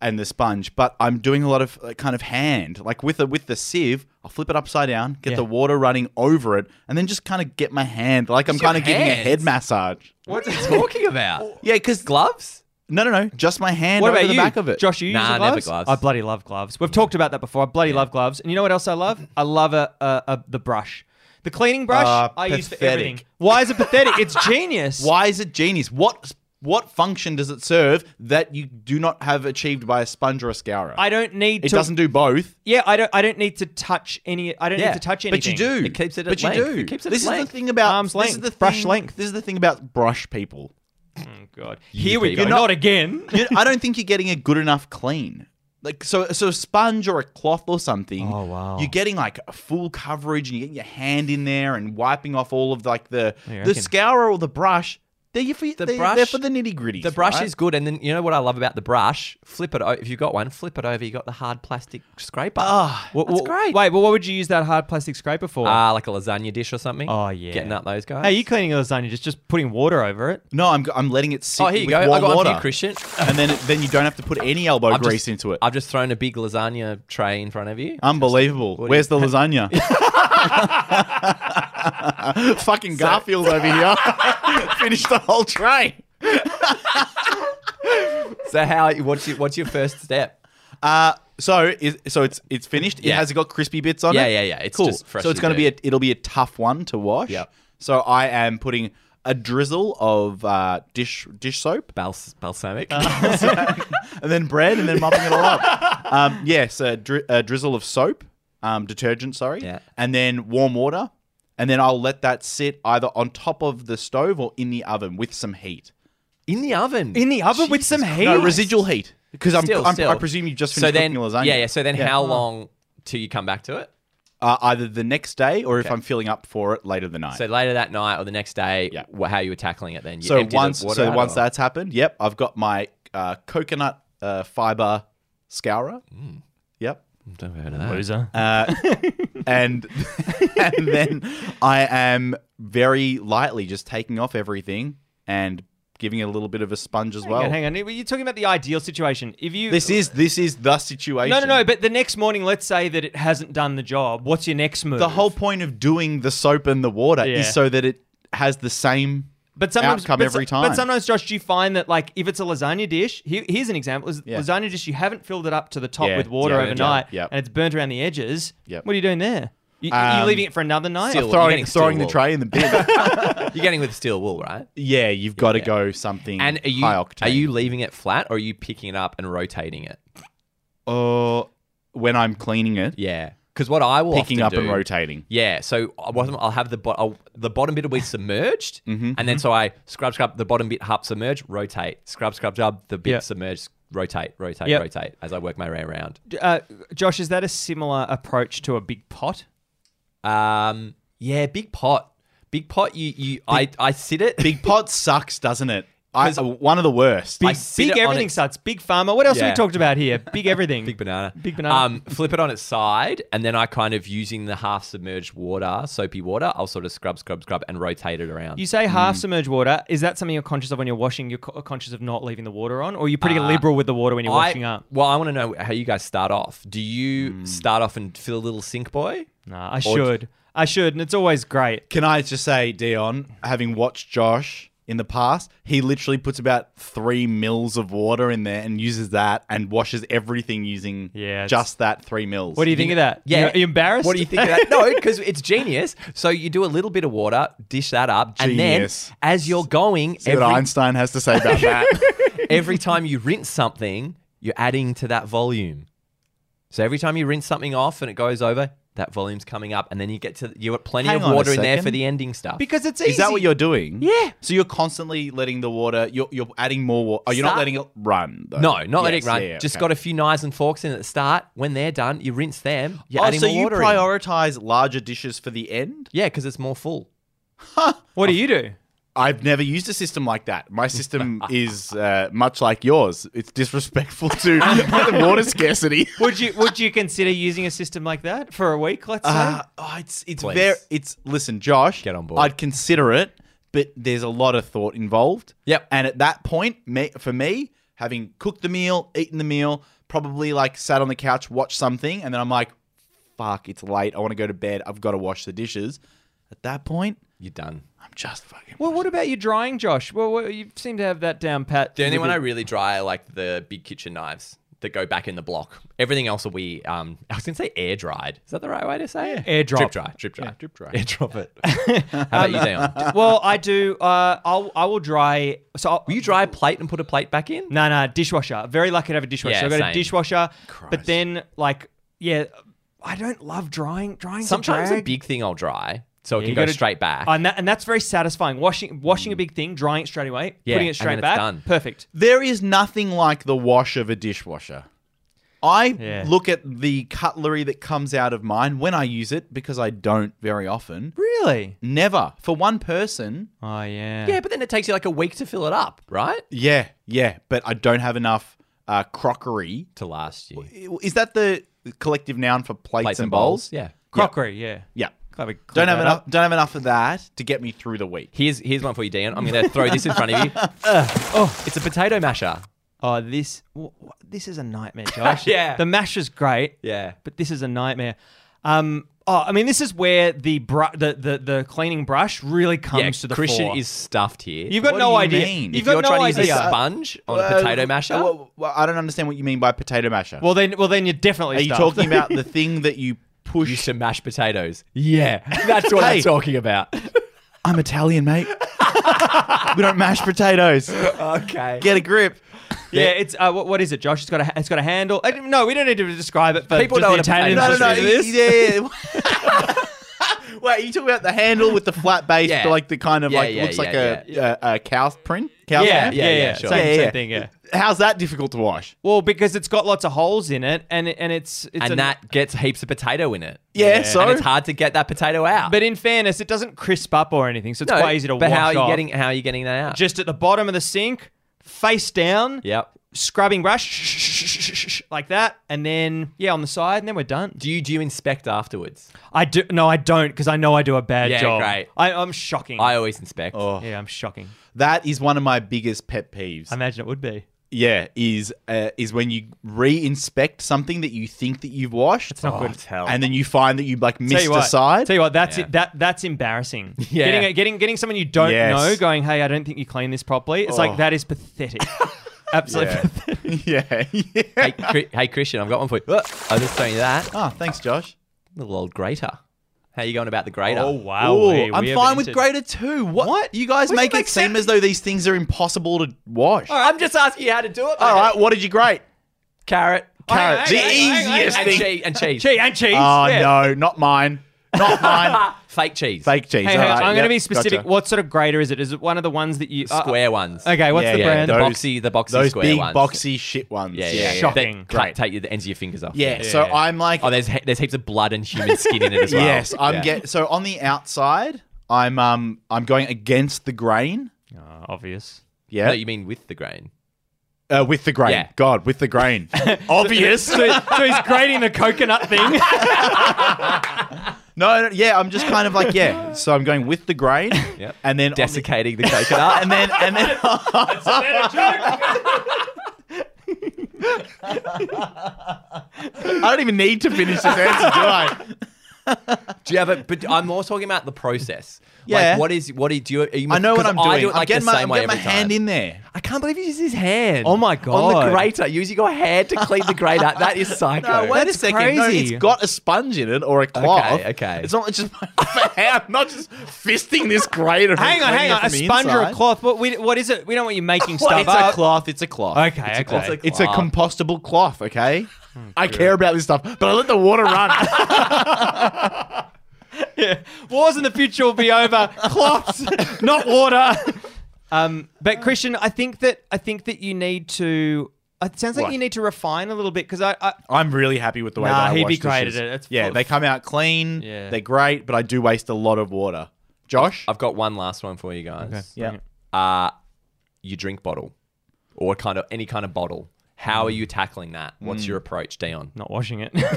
S4: And the sponge, but I'm doing a lot of uh, kind of hand, like with the with the sieve. I'll flip it upside down, get
S2: Yeah.
S4: the water running over it, and then just kind of get my hand, like I'm
S1: your
S4: kind of giving a
S1: hands?
S4: head massage.
S1: what are you talking about?
S4: Yeah, because
S1: Gloves?
S4: No, no, no. Just my hand
S2: What
S4: over
S2: about
S4: the
S2: you,
S4: back of it.
S2: Josh? You use
S1: Nah,
S2: your
S1: never
S2: gloves?
S1: gloves.
S2: I bloody love gloves. We've talked about that before. I bloody love gloves. And you know what else I love? I love a, a, a the brush, the cleaning brush.
S4: Uh,
S2: I use for
S4: pathetic.
S2: everything. Why is it pathetic? It's genius.
S4: Why is it genius? What what function does it serve that you do not have achieved by a sponge or a scourer?
S2: I don't need.
S4: it
S2: to,
S4: doesn't do both.
S2: Yeah, I don't. I don't need to touch any. I don't
S1: Yeah,
S2: need to touch
S4: But
S2: anything.
S4: you do.
S1: It keeps it at
S4: but you
S1: length.
S4: do.
S1: It keeps it
S4: this
S1: at
S4: is
S1: length.
S4: the thing about
S2: Arm's
S4: This is
S2: length.
S4: the
S2: Brush
S4: thing,
S2: length.
S4: This is the thing about brush people.
S2: Oh, God. Here we go.
S1: people.
S2: Not, again.
S4: You- I don't think you're getting a good enough clean. Like so, so a sponge or a cloth or something.
S2: Oh, wow.
S4: You're getting like a full coverage, and you're getting your hand in there and wiping off all of like the
S2: you
S4: the
S2: reckon?
S4: scourer or the brush. They're your- they're, they're
S1: brush-
S4: for the nitty gritty.
S1: The brush is good, and then you know what I love about the brush? Flip it over. If you've got one, flip it over. You got the hard plastic scraper.
S2: Oh.
S1: Ah,
S2: Wha-
S1: that's
S2: wha-
S1: great.
S2: Wait, but what would you use that hard plastic scraper for?
S4: Uh,
S1: Ah, like a lasagna dish or something.
S2: Oh, yeah.
S1: getting up those guys.
S2: hey, you cleaning your lasagna? Just just putting water over it.
S4: No, I'm, I'm letting it sit.
S1: Oh, here you
S4: with
S1: go. I
S4: warm
S1: got one for
S4: water,
S1: you, Christian.
S4: And then it- then you don't have to put any elbow
S1: I've
S4: grease
S1: just-
S4: into it.
S1: I've just thrown a big lasagna tray in front of you.
S4: Uh. Unbelievable. Where's the lasagna? Fucking Garfield over here. Finished the whole tray.
S1: so how? What's your, what's your first step?
S4: Uh, so is, so it's it's finished. It
S1: Yeah.
S4: has it got crispy bits on
S1: Yeah,
S4: it.
S1: yeah, yeah. It's
S4: cool.
S1: just fresh
S4: so it's
S1: as
S4: gonna be a,
S1: dirt.
S4: it'll be a tough one to wash.
S1: Yep.
S4: So I am putting a drizzle of uh, dish dish soap.
S1: Bals- balsamic.
S4: Uh. and then bread, and then mopping it all up. Um, yes, a, dri- a drizzle of soap, um, detergent, sorry,
S1: Yeah.
S4: and then warm water, and then I'll let that sit either on top of the stove or in the oven with some heat.
S1: in the oven.
S2: In the oven with some heat.
S4: No residual heat, because I'm,
S1: Still,
S4: I'm-
S1: still.
S4: I presume you just
S1: so
S4: finished
S1: then,
S4: cooking your lasagna. Uh-huh.
S1: yeah, yeah. So then, how long till you come back to it?
S4: Uh, either the next day or if I'm feeling up for it later the night.
S1: So later that night or the next day,
S4: Uh. Yeah.
S1: wh- how you were tackling it then? You
S4: so
S1: emptied the
S4: once
S1: water
S4: so
S1: out
S4: once
S1: or-
S4: that's happened, yep, I've got my uh, coconut uh, fiber scourer.
S1: Mm.
S4: Yep.
S1: Don't heard of that.
S2: Loser.
S4: and and then I am very lightly just taking off everything and giving it a little bit of a sponge as well.
S2: Hang on, hang on. You're talking about the ideal situation. If you
S4: This is this is the situation.
S2: no, no, no. But the next morning, let's say that it hasn't done the job. What's your next move?
S4: The whole point of doing the soap and the water
S2: Yeah.
S4: is so that it has the same
S2: but sometimes,
S4: outcome
S2: but,
S4: every
S2: so- But
S4: time.
S2: sometimes, Josh, do you find that like if it's a lasagna dish, here, here's an example: is
S4: Yeah.
S2: lasagna dish you haven't filled it up to the top
S4: Yeah,
S2: with water
S4: yeah,
S2: overnight,
S4: yeah, yeah.
S2: and it's burnt around the edges.
S4: Yep.
S2: What are you doing there? You, you
S4: Um,
S2: leaving it for another night?
S1: still- You're
S4: throwing
S1: getting
S4: throwing the
S1: steel wool.
S4: tray in the bin.
S1: You're getting with steel wool, right?
S4: yeah, you've got to go something
S1: And are you
S4: high octane.
S1: are you leaving it flat or are you picking it up and rotating it?
S4: or when I'm cleaning it,
S1: Yeah, because what I will
S4: picking
S1: often
S4: up and
S1: do-
S4: rotating?
S1: Yeah, so I wasn't- I'll have the bo- I'll, the bottom bit will be submerged,
S2: Mm-hmm,
S1: and then so I scrub scrub the bottom bit half submerged, rotate, scrub scrub scrub the bit
S2: Yeah.
S1: submerged, rotate, rotate,
S2: Yep.
S1: rotate as I work my way around.
S2: uh, Josh, is that a similar approach to a big pot?
S1: Um, yeah, big pot, big pot. You you I I sit it.
S4: Big pot sucks, doesn't it? I, one of the worst.
S1: I
S2: Big,
S1: sit
S2: big
S1: it on
S2: everything
S1: its-
S2: starts. Big farmer. What else have
S1: Yeah.
S2: we talked about here? Big everything.
S1: Big banana.
S2: Big banana.
S1: Um, flip it on its side, and then I kind of using the half submerged water, soapy water, I'll sort of scrub, scrub, scrub, and rotate it around.
S2: You say half
S1: Hmm.
S2: submerged water. Is that something you're conscious of when you're washing? You're co- conscious of not leaving the water on, or are you pretty liberal with the water when you're washing
S1: Uh, I,
S2: up? Hmm.
S1: Well, I want to know how you guys start off. Do you start off and feel a little sink boy?
S2: Nah, I should. I should, and it's always great.
S4: Can I just say, Dion, having watched Josh in the past, he literally puts about three mils of water in there and uses that and washes everything using
S2: Yeah, it's-
S4: just that three mils.
S2: What do you think of that? You-
S1: Yeah.
S2: are you embarrassed?
S1: What do you think of that? No, because it's genius. So you do a little bit of water, dish that up,
S4: Genius.
S1: and then as you're going,
S4: See what
S1: every,
S4: Einstein has to say about that?
S1: every time you rinse something, you're adding to that volume. So every time you rinse something off and it goes over, that volume's coming up, and then you get to you have plenty
S4: Hang
S1: of
S4: on a
S1: water in there
S4: second.
S1: for the ending stuff.
S2: Because it's easy.
S4: Is that what you're doing?
S2: Yeah.
S4: So you're constantly letting the water. You're, you're adding more water. Oh, you're not
S1: Start-
S4: letting it run. Though.
S1: no, not let
S4: Yes,
S1: it run.
S4: yeah, yeah,
S1: Just
S4: okay.
S1: got a few knives and forks in at the start. When they're done, you rinse them. You're
S4: Oh,
S1: adding
S4: so
S1: more
S4: you
S1: water in.
S4: prioritize larger dishes for the end?
S1: Yeah, because it's more full.
S2: What
S1: Oh.
S2: do you do?
S4: I've never used a system like that. My system is uh, much like yours. It's disrespectful to the water scarcity.
S2: Would you Would you consider using a system like that for a week? Let's say.
S4: Uh, oh, it's it's
S1: Please.
S4: very it's listen, Josh.
S1: Get on board.
S4: I'd consider it, but there's a lot of thought involved.
S1: Yep.
S4: And at that point, me, for me, having cooked the meal, eaten the meal, probably like sat on the couch, watched something, and then I'm like, "Fuck, it's late. I want to go to bed. I've got to wash the dishes." At that point,
S1: You're done.
S4: I'm just fucking.
S2: Well, what about your drying, Josh? Well, well, you seem to have that down pat.
S1: The only
S2: With
S1: one I
S2: your-
S1: really dry are like the big kitchen knives that go back in the block. Everything else will be um I was gonna say air dried. Is that the right way to say it?
S2: Air drop.
S1: Drip dry, drip dry.
S4: drip dry.
S1: Air drop it. How about you, Dion?
S2: well, I do. Uh, I'll I will dry. So I'll,
S1: Will you dry a plate and put a plate back in?
S2: No, no, dishwasher. Very lucky to have a dishwasher.
S1: Yeah,
S2: I've got a
S1: same.
S2: dishwasher, but then like yeah, I don't love drying. Drying
S1: Sometimes
S2: a
S1: a
S2: drag.
S1: big thing I'll dry so it
S2: you
S1: can go
S2: gotta-
S1: straight back. Mm.
S2: and that, and that's very satisfying. Washing washing a big thing, drying it straight away,
S1: Yeah,
S2: putting it
S1: and
S2: straight
S1: then it's
S2: back.
S1: done.
S2: Perfect.
S4: There is nothing like the wash of a dishwasher. I
S2: Yeah.
S4: look at the cutlery that comes out of mine when I use it because I don't very often.
S2: Really?
S4: Never for one person.
S2: Oh yeah.
S1: yeah, but then it takes you like a week to fill it up, right?
S4: Yeah, yeah, but I don't have enough uh, crockery.
S1: To last you.
S4: Is that the collective noun for plates,
S1: Plates
S4: and,
S1: and
S4: bowls?
S1: bowls, yeah.
S2: Crockery. Yeah.
S4: Yeah.
S2: Glad we cleared
S4: Don't have
S2: that
S4: enough.
S2: up.
S4: Don't have enough of that to get me through the week.
S1: Here's here's one for you, Dion. I'm gonna throw this in front of you. oh, it's a potato masher.
S2: Oh, this wh- wh- this is a nightmare, Josh.
S1: Yeah.
S2: The mash is great.
S1: Yeah.
S2: but this is a nightmare. Um, oh, I mean, this is where the bru- the, the the cleaning brush really comes
S1: Yeah,
S2: to the
S1: Christian
S2: fore.
S1: is stuffed here.
S2: You've got
S4: What
S2: no
S4: do you
S2: idea.
S4: mean?
S2: You've
S1: if
S2: got
S1: you're
S2: no
S1: trying to
S2: idea.
S1: use a sponge on a
S4: Uh,
S1: potato masher,
S4: Well, well, I don't understand what you mean by potato masher.
S2: well, then, well, then you're definitely.
S4: Are you
S2: stuffed.
S4: talking about the thing that you push?
S1: used to mash potatoes. Yeah, that's what
S4: Hey.
S1: I'm talking about.
S4: I'm Italian, mate. we don't mash potatoes.
S1: Okay.
S4: Get a grip.
S2: yeah, it's uh, what, what is it, Josh? It's got a it's got a handle. I don't- no, we don't need to describe it. But
S1: People
S2: just
S1: know
S2: the
S1: what a potato
S2: Italians
S1: masher
S4: No, no, no.
S2: listening to this.
S4: Yeah, yeah. Wait, you talking about the handle with the flat base,
S1: Yeah.
S4: but like the kind of
S1: Yeah,
S4: like
S1: yeah,
S4: looks like
S1: yeah,
S4: a, a, a cow print. Cow
S2: Yeah,
S4: stamp?
S2: yeah, yeah,
S1: Yeah, yeah,
S2: same,
S1: sure.
S2: same
S4: Yeah, yeah.
S2: thing. Yeah.
S4: How's that difficult to wash?
S2: Well, because it's got lots of holes in it, and it- and it's it's
S1: And
S2: a-
S1: that gets heaps of potato in it.
S4: Yeah, so
S1: and it's hard to get that potato out.
S2: But in fairness, it doesn't crisp up or anything, so it's
S1: No,
S2: quite easy to
S1: But
S2: wash
S1: how are you
S2: off.
S1: getting how are you getting that out?
S2: Just at the bottom of the sink, face down.
S1: yep.
S2: scrubbing brush sh- sh- sh- sh- sh- sh- like that and then yeah on the side and then we're done
S1: Do you do you inspect afterwards?
S2: i do no i don't because i know i do a bad
S1: Yeah,
S2: job
S1: great.
S2: I, i'm shocking
S1: I always inspect.
S4: Oh,
S2: yeah i'm shocking
S4: That is one of my biggest pet peeves.
S2: i imagine it would be
S4: yeah, is uh, is when you re-inspect something that you think that you've washed. It's
S2: not Oh, good. it's hell.
S4: And then you find that you like
S2: Tell
S4: missed
S2: you
S4: a
S2: what,
S4: side.
S2: Tell you what, that's
S1: Yeah.
S2: it, that that's embarrassing.
S1: Yeah.
S2: Getting a- getting getting someone you don't
S4: Yes.
S2: know going, "Hey, I don't think you cleaned this properly." It's
S4: Oh.
S2: like that is pathetic. Absolutely. pathetic.
S4: yeah. yeah.
S1: Hey, Chri- hey, Christian, I've got one for you. Oh, I was just throwing you that
S4: Oh, thanks, Josh.
S1: little old grater. How you going about the grater?
S2: Oh wow.
S4: Ooh,
S2: we- we
S4: I'm
S2: have
S4: fine with
S2: entered-
S4: grader two. What? You guys
S2: What does
S4: make
S2: it
S4: it
S2: make
S4: seem
S2: sense?
S4: as though these things are impossible to wash. All
S1: I'm just asking you how to do it.
S4: right, what did you grate?
S1: Carrot.
S2: hang
S4: Carrot. the
S2: on, hang on, hang on,
S4: easiest
S1: and,
S4: thing.
S1: cheese, and cheese.
S2: Gee, and cheese.
S4: Oh,
S2: yeah.
S4: no, not mine. Not mine.
S1: Fake cheese.
S4: Fake cheese.
S2: Hey, hang
S4: All
S2: on,
S4: right,
S2: I'm
S4: yep,
S2: going to be specific.
S4: gotcha.
S2: What sort of grater is it? Is it one of the ones that you uh,
S1: Square ones.
S2: Okay, what's
S4: Yeah,
S2: the
S4: yeah,
S2: brand?
S1: The
S4: those-
S1: boxy, the boxy
S4: Those
S1: square
S4: big
S1: ones.
S4: boxy shit ones.
S1: Yeah, yeah, yeah.
S2: Shocking.
S1: That cut,
S4: Great.
S1: take you- the ends of your fingers off.
S4: Yeah, so
S2: Yeah.
S4: I'm like,
S1: Oh, there's he- there's heaps of blood and human skin in it as well.
S4: yes, I'm
S1: Yeah.
S4: get. So on the outside, I'm um, I'm going against the grain.
S2: Uh, obvious.
S4: Yeah,
S1: No, you mean with the grain?
S4: uh, with the grain.
S1: Yeah.
S4: God, with the grain. Obvious.
S2: So, so he's grating the coconut thing.
S4: No, no, yeah, I'm just kind of like, yeah. So I'm going with the grain,
S1: Yep.
S4: and then on the-
S1: Desiccating the coconut.
S4: and then and then I don't even need to finish this answer, do I?
S1: do you have it? But I'm more talking about the process.
S4: Yeah.
S1: Like, what is what do you do? Are you,
S4: I know what
S1: 'cause
S4: I'm doing.
S1: I do it
S4: I'm
S1: like
S4: getting
S1: the
S4: my,
S1: same
S4: I'm
S1: way
S4: getting my
S1: every
S4: hand
S1: time.
S4: in there.
S1: I can't believe he uses his hand.
S2: Oh my
S1: On
S2: God.
S1: the grater, using your hand to clean the grate out. That is psycho.
S4: No, wait
S2: That's
S4: a second. No,
S2: crazy.
S4: it's got a sponge in it or a cloth.
S1: okay.
S4: It's not just my hand. I'm not just fisting this grater. and
S2: hang on,
S4: cleaning
S2: hang
S4: it
S2: on. A
S4: from the
S2: sponge or a
S4: inside.
S2: cloth? What, we, what is it? We don't want you making
S4: What?
S2: stuff
S4: It's
S2: up.
S4: a cloth. It's a cloth.
S2: Okay,
S4: it's
S2: okay.
S4: A cloth.
S1: It's a
S4: It's a
S1: cloth.
S4: compostable cloth. Okay. I care about this stuff, but I let the water run.
S2: Wars in the future will be over. Cloths, not water. Um, but Christian, I think that I think that you need to. It sounds like
S4: What?
S2: you need to refine a little bit because I, I
S4: I'm really happy with the way
S2: Nah,
S4: that I
S2: he'd
S4: wash
S2: be great
S4: dishes.
S2: at it. It's
S4: yeah,
S2: full
S4: they
S2: of-
S4: come out clean.
S2: Yeah.
S4: They're great, but I do waste a lot of water. Josh?
S1: I've got one last one for you guys.
S4: yeah.
S1: uh, your drink bottle or kind of any kind of bottle. How are you tackling that?
S4: Mm.
S1: What's your approach, Dion?
S2: not washing it. just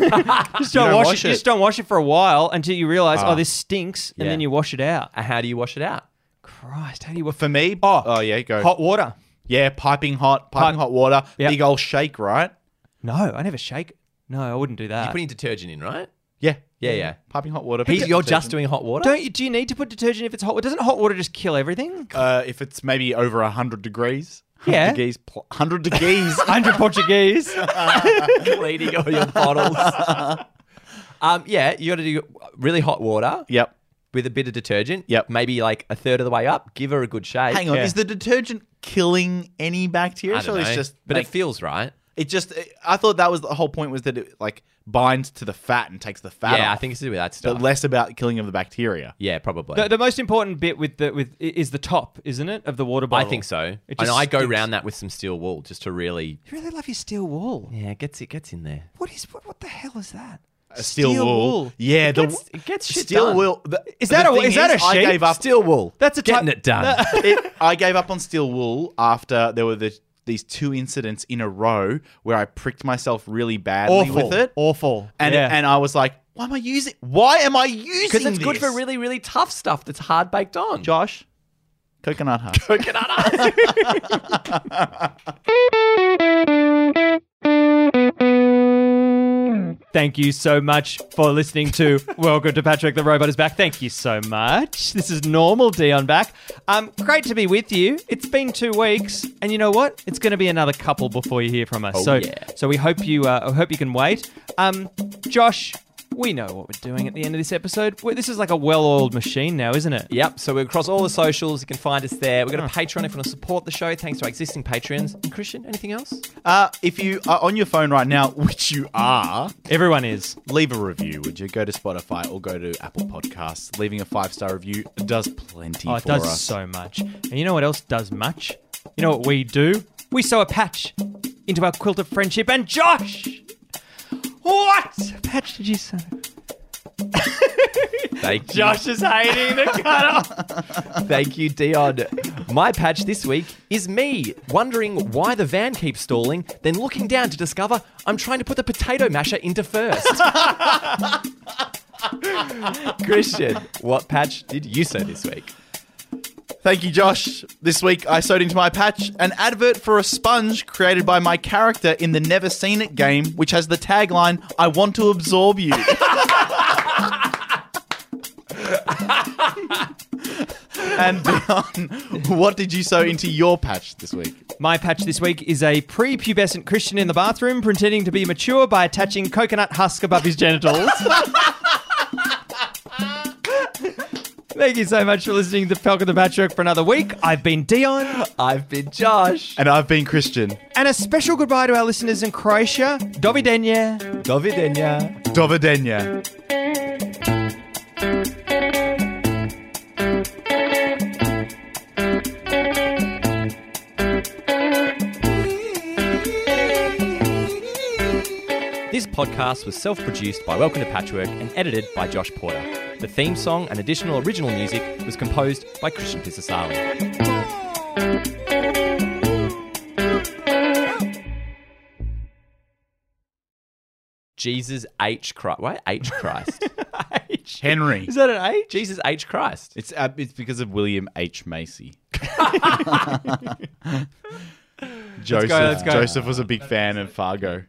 S2: don't,
S4: don't
S2: wash,
S4: wash
S2: it.
S4: it.
S2: Just don't wash it for a while until you realize, oh, this stinks, and
S1: Yeah.
S2: then you wash it out.
S1: And how do you wash it out?
S2: Christ, how do you wash?
S4: For me, oh, yeah, go.
S2: Hot water.
S4: Yeah, piping hot, piping
S2: Pipe-
S4: hot water,
S2: Yeah.
S4: big old shake, right?
S2: No, I never shake. it. No, I wouldn't do that.
S1: You're putting detergent in, right?
S4: Yeah.
S1: Yeah, yeah.
S4: Piping hot water.
S1: He's, you're just
S4: detergent.
S1: doing hot water.
S2: Don't you? Do you need to put detergent if it's hot? Doesn't hot water just kill everything?
S4: Uh, if it's maybe over hundred degrees. 100
S2: Yeah.
S4: Degrees. Pl- hundred degrees.
S2: Hundred Portuguese.
S1: bleeding all your bottles. um, yeah, you got to do really hot water
S4: yep.
S1: with a bit of detergent.
S4: Yep.
S1: Maybe like a third of the way up. Give her a good shake.
S4: Hang on.
S2: Yeah.
S4: Is the detergent killing any bacteria?
S1: I don't
S4: Surely
S1: know.
S4: it's just.
S1: but
S4: like,
S1: it feels right.
S4: It just, I thought that was the whole point was that it like binds to the fat and takes the fat.
S1: Yeah, I
S4: off,
S1: think it's to do with that
S4: but
S1: stuff.
S4: less about killing of the bacteria.
S1: yeah, probably.
S2: the, the most important bit with the with i- is the top, isn't it, of the water
S1: I
S2: bottle?
S1: think so.
S2: It
S1: And
S2: just
S1: I go
S2: stinks.
S1: round that with some steel wool just to really.
S2: You really love your steel wool.
S1: Yeah, it gets it gets in there.
S2: What is what? What the hell is that?
S4: A steel,
S2: Steel
S4: wool.
S2: wool.
S4: Yeah,
S1: It
S4: the
S1: gets- it gets shit
S4: steel
S1: done.
S4: wool. the-
S2: Is that
S4: the
S2: a-
S4: thing
S2: is that a
S4: I
S2: sheep?
S4: gave up.
S1: Steel wool.
S2: That's a
S1: getting
S2: type-
S1: it done.
S4: it, I gave up on steel wool after there were the, these two incidents in a row where I pricked myself really badly with it,
S2: Awful.
S4: and
S2: yeah.
S4: and I was like, why am I using? Why am I using?
S1: Because it's good
S4: this?
S1: for really really tough stuff that's hard baked on.
S4: Josh, coconut husk.
S2: Thank you so much for listening to Welcome to Patrick the Robot is Back. Thank you so much. This is normal Dion back. Um, great to be with you. It's been two weeks, and you know what? It's going to be another couple before you hear from
S4: Oh,
S2: us. so,
S1: yeah.
S2: so we hope you. Uh, I hope you can wait. Um, Josh, we know what we're doing at the end of this episode. Well, This is like a well-oiled machine now, isn't it?
S1: Yep. So we're across all the socials. You can find us there. We've got a Patreon if you want to support the show. Thanks to our existing patrons. And Christian, anything else?
S4: Uh, if you are on your phone right now, which you are,
S2: Everyone is.
S4: leave a review. Would you go to Spotify or go to Apple Podcasts? Leaving a five star review does plenty
S2: Oh,
S4: for
S2: it does
S4: us.
S2: so much. And you know what else does much? You know what we do? We sew a patch into our quilt of friendship. And Josh, what patch did you sew?
S1: Thank you.
S2: Josh is hating the cutoff.
S1: Thank you, Dion. My patch this week is me wondering why the van keeps stalling, then looking down to discover I'm trying to put the potato masher into first. Christian, what patch did you sew this week?
S4: Thank you, Josh. This week I sewed into my patch an advert for a sponge created by my character in the Never Seen It game, which has the tagline I want to absorb you. and Dion, what did you sew into your patch this week?
S2: My patch this week is a prepubescent Christian in the bathroom pretending to be mature by attaching coconut husk above his genitals. Thank you so much for listening to Falcon the Patchwork for another week. I've been Dion.
S1: I've been Josh.
S4: And I've been Christian.
S2: And a special goodbye to our listeners in Croatia. Dovidenje.
S1: Dovidenya.
S4: Dovidenya.
S1: This podcast was self produced by Welcome to Patchwork and edited by Josh Porter. The theme song and additional original music was composed by Christian Pisasali. Jesus H. Christ. Why H. Christ?
S4: Henry.
S2: Is that an H?
S1: Jesus H. Christ.
S4: It's uh, it's because of William H Macy. Joseph
S2: let's go.
S4: Joseph was a big fan of Fargo.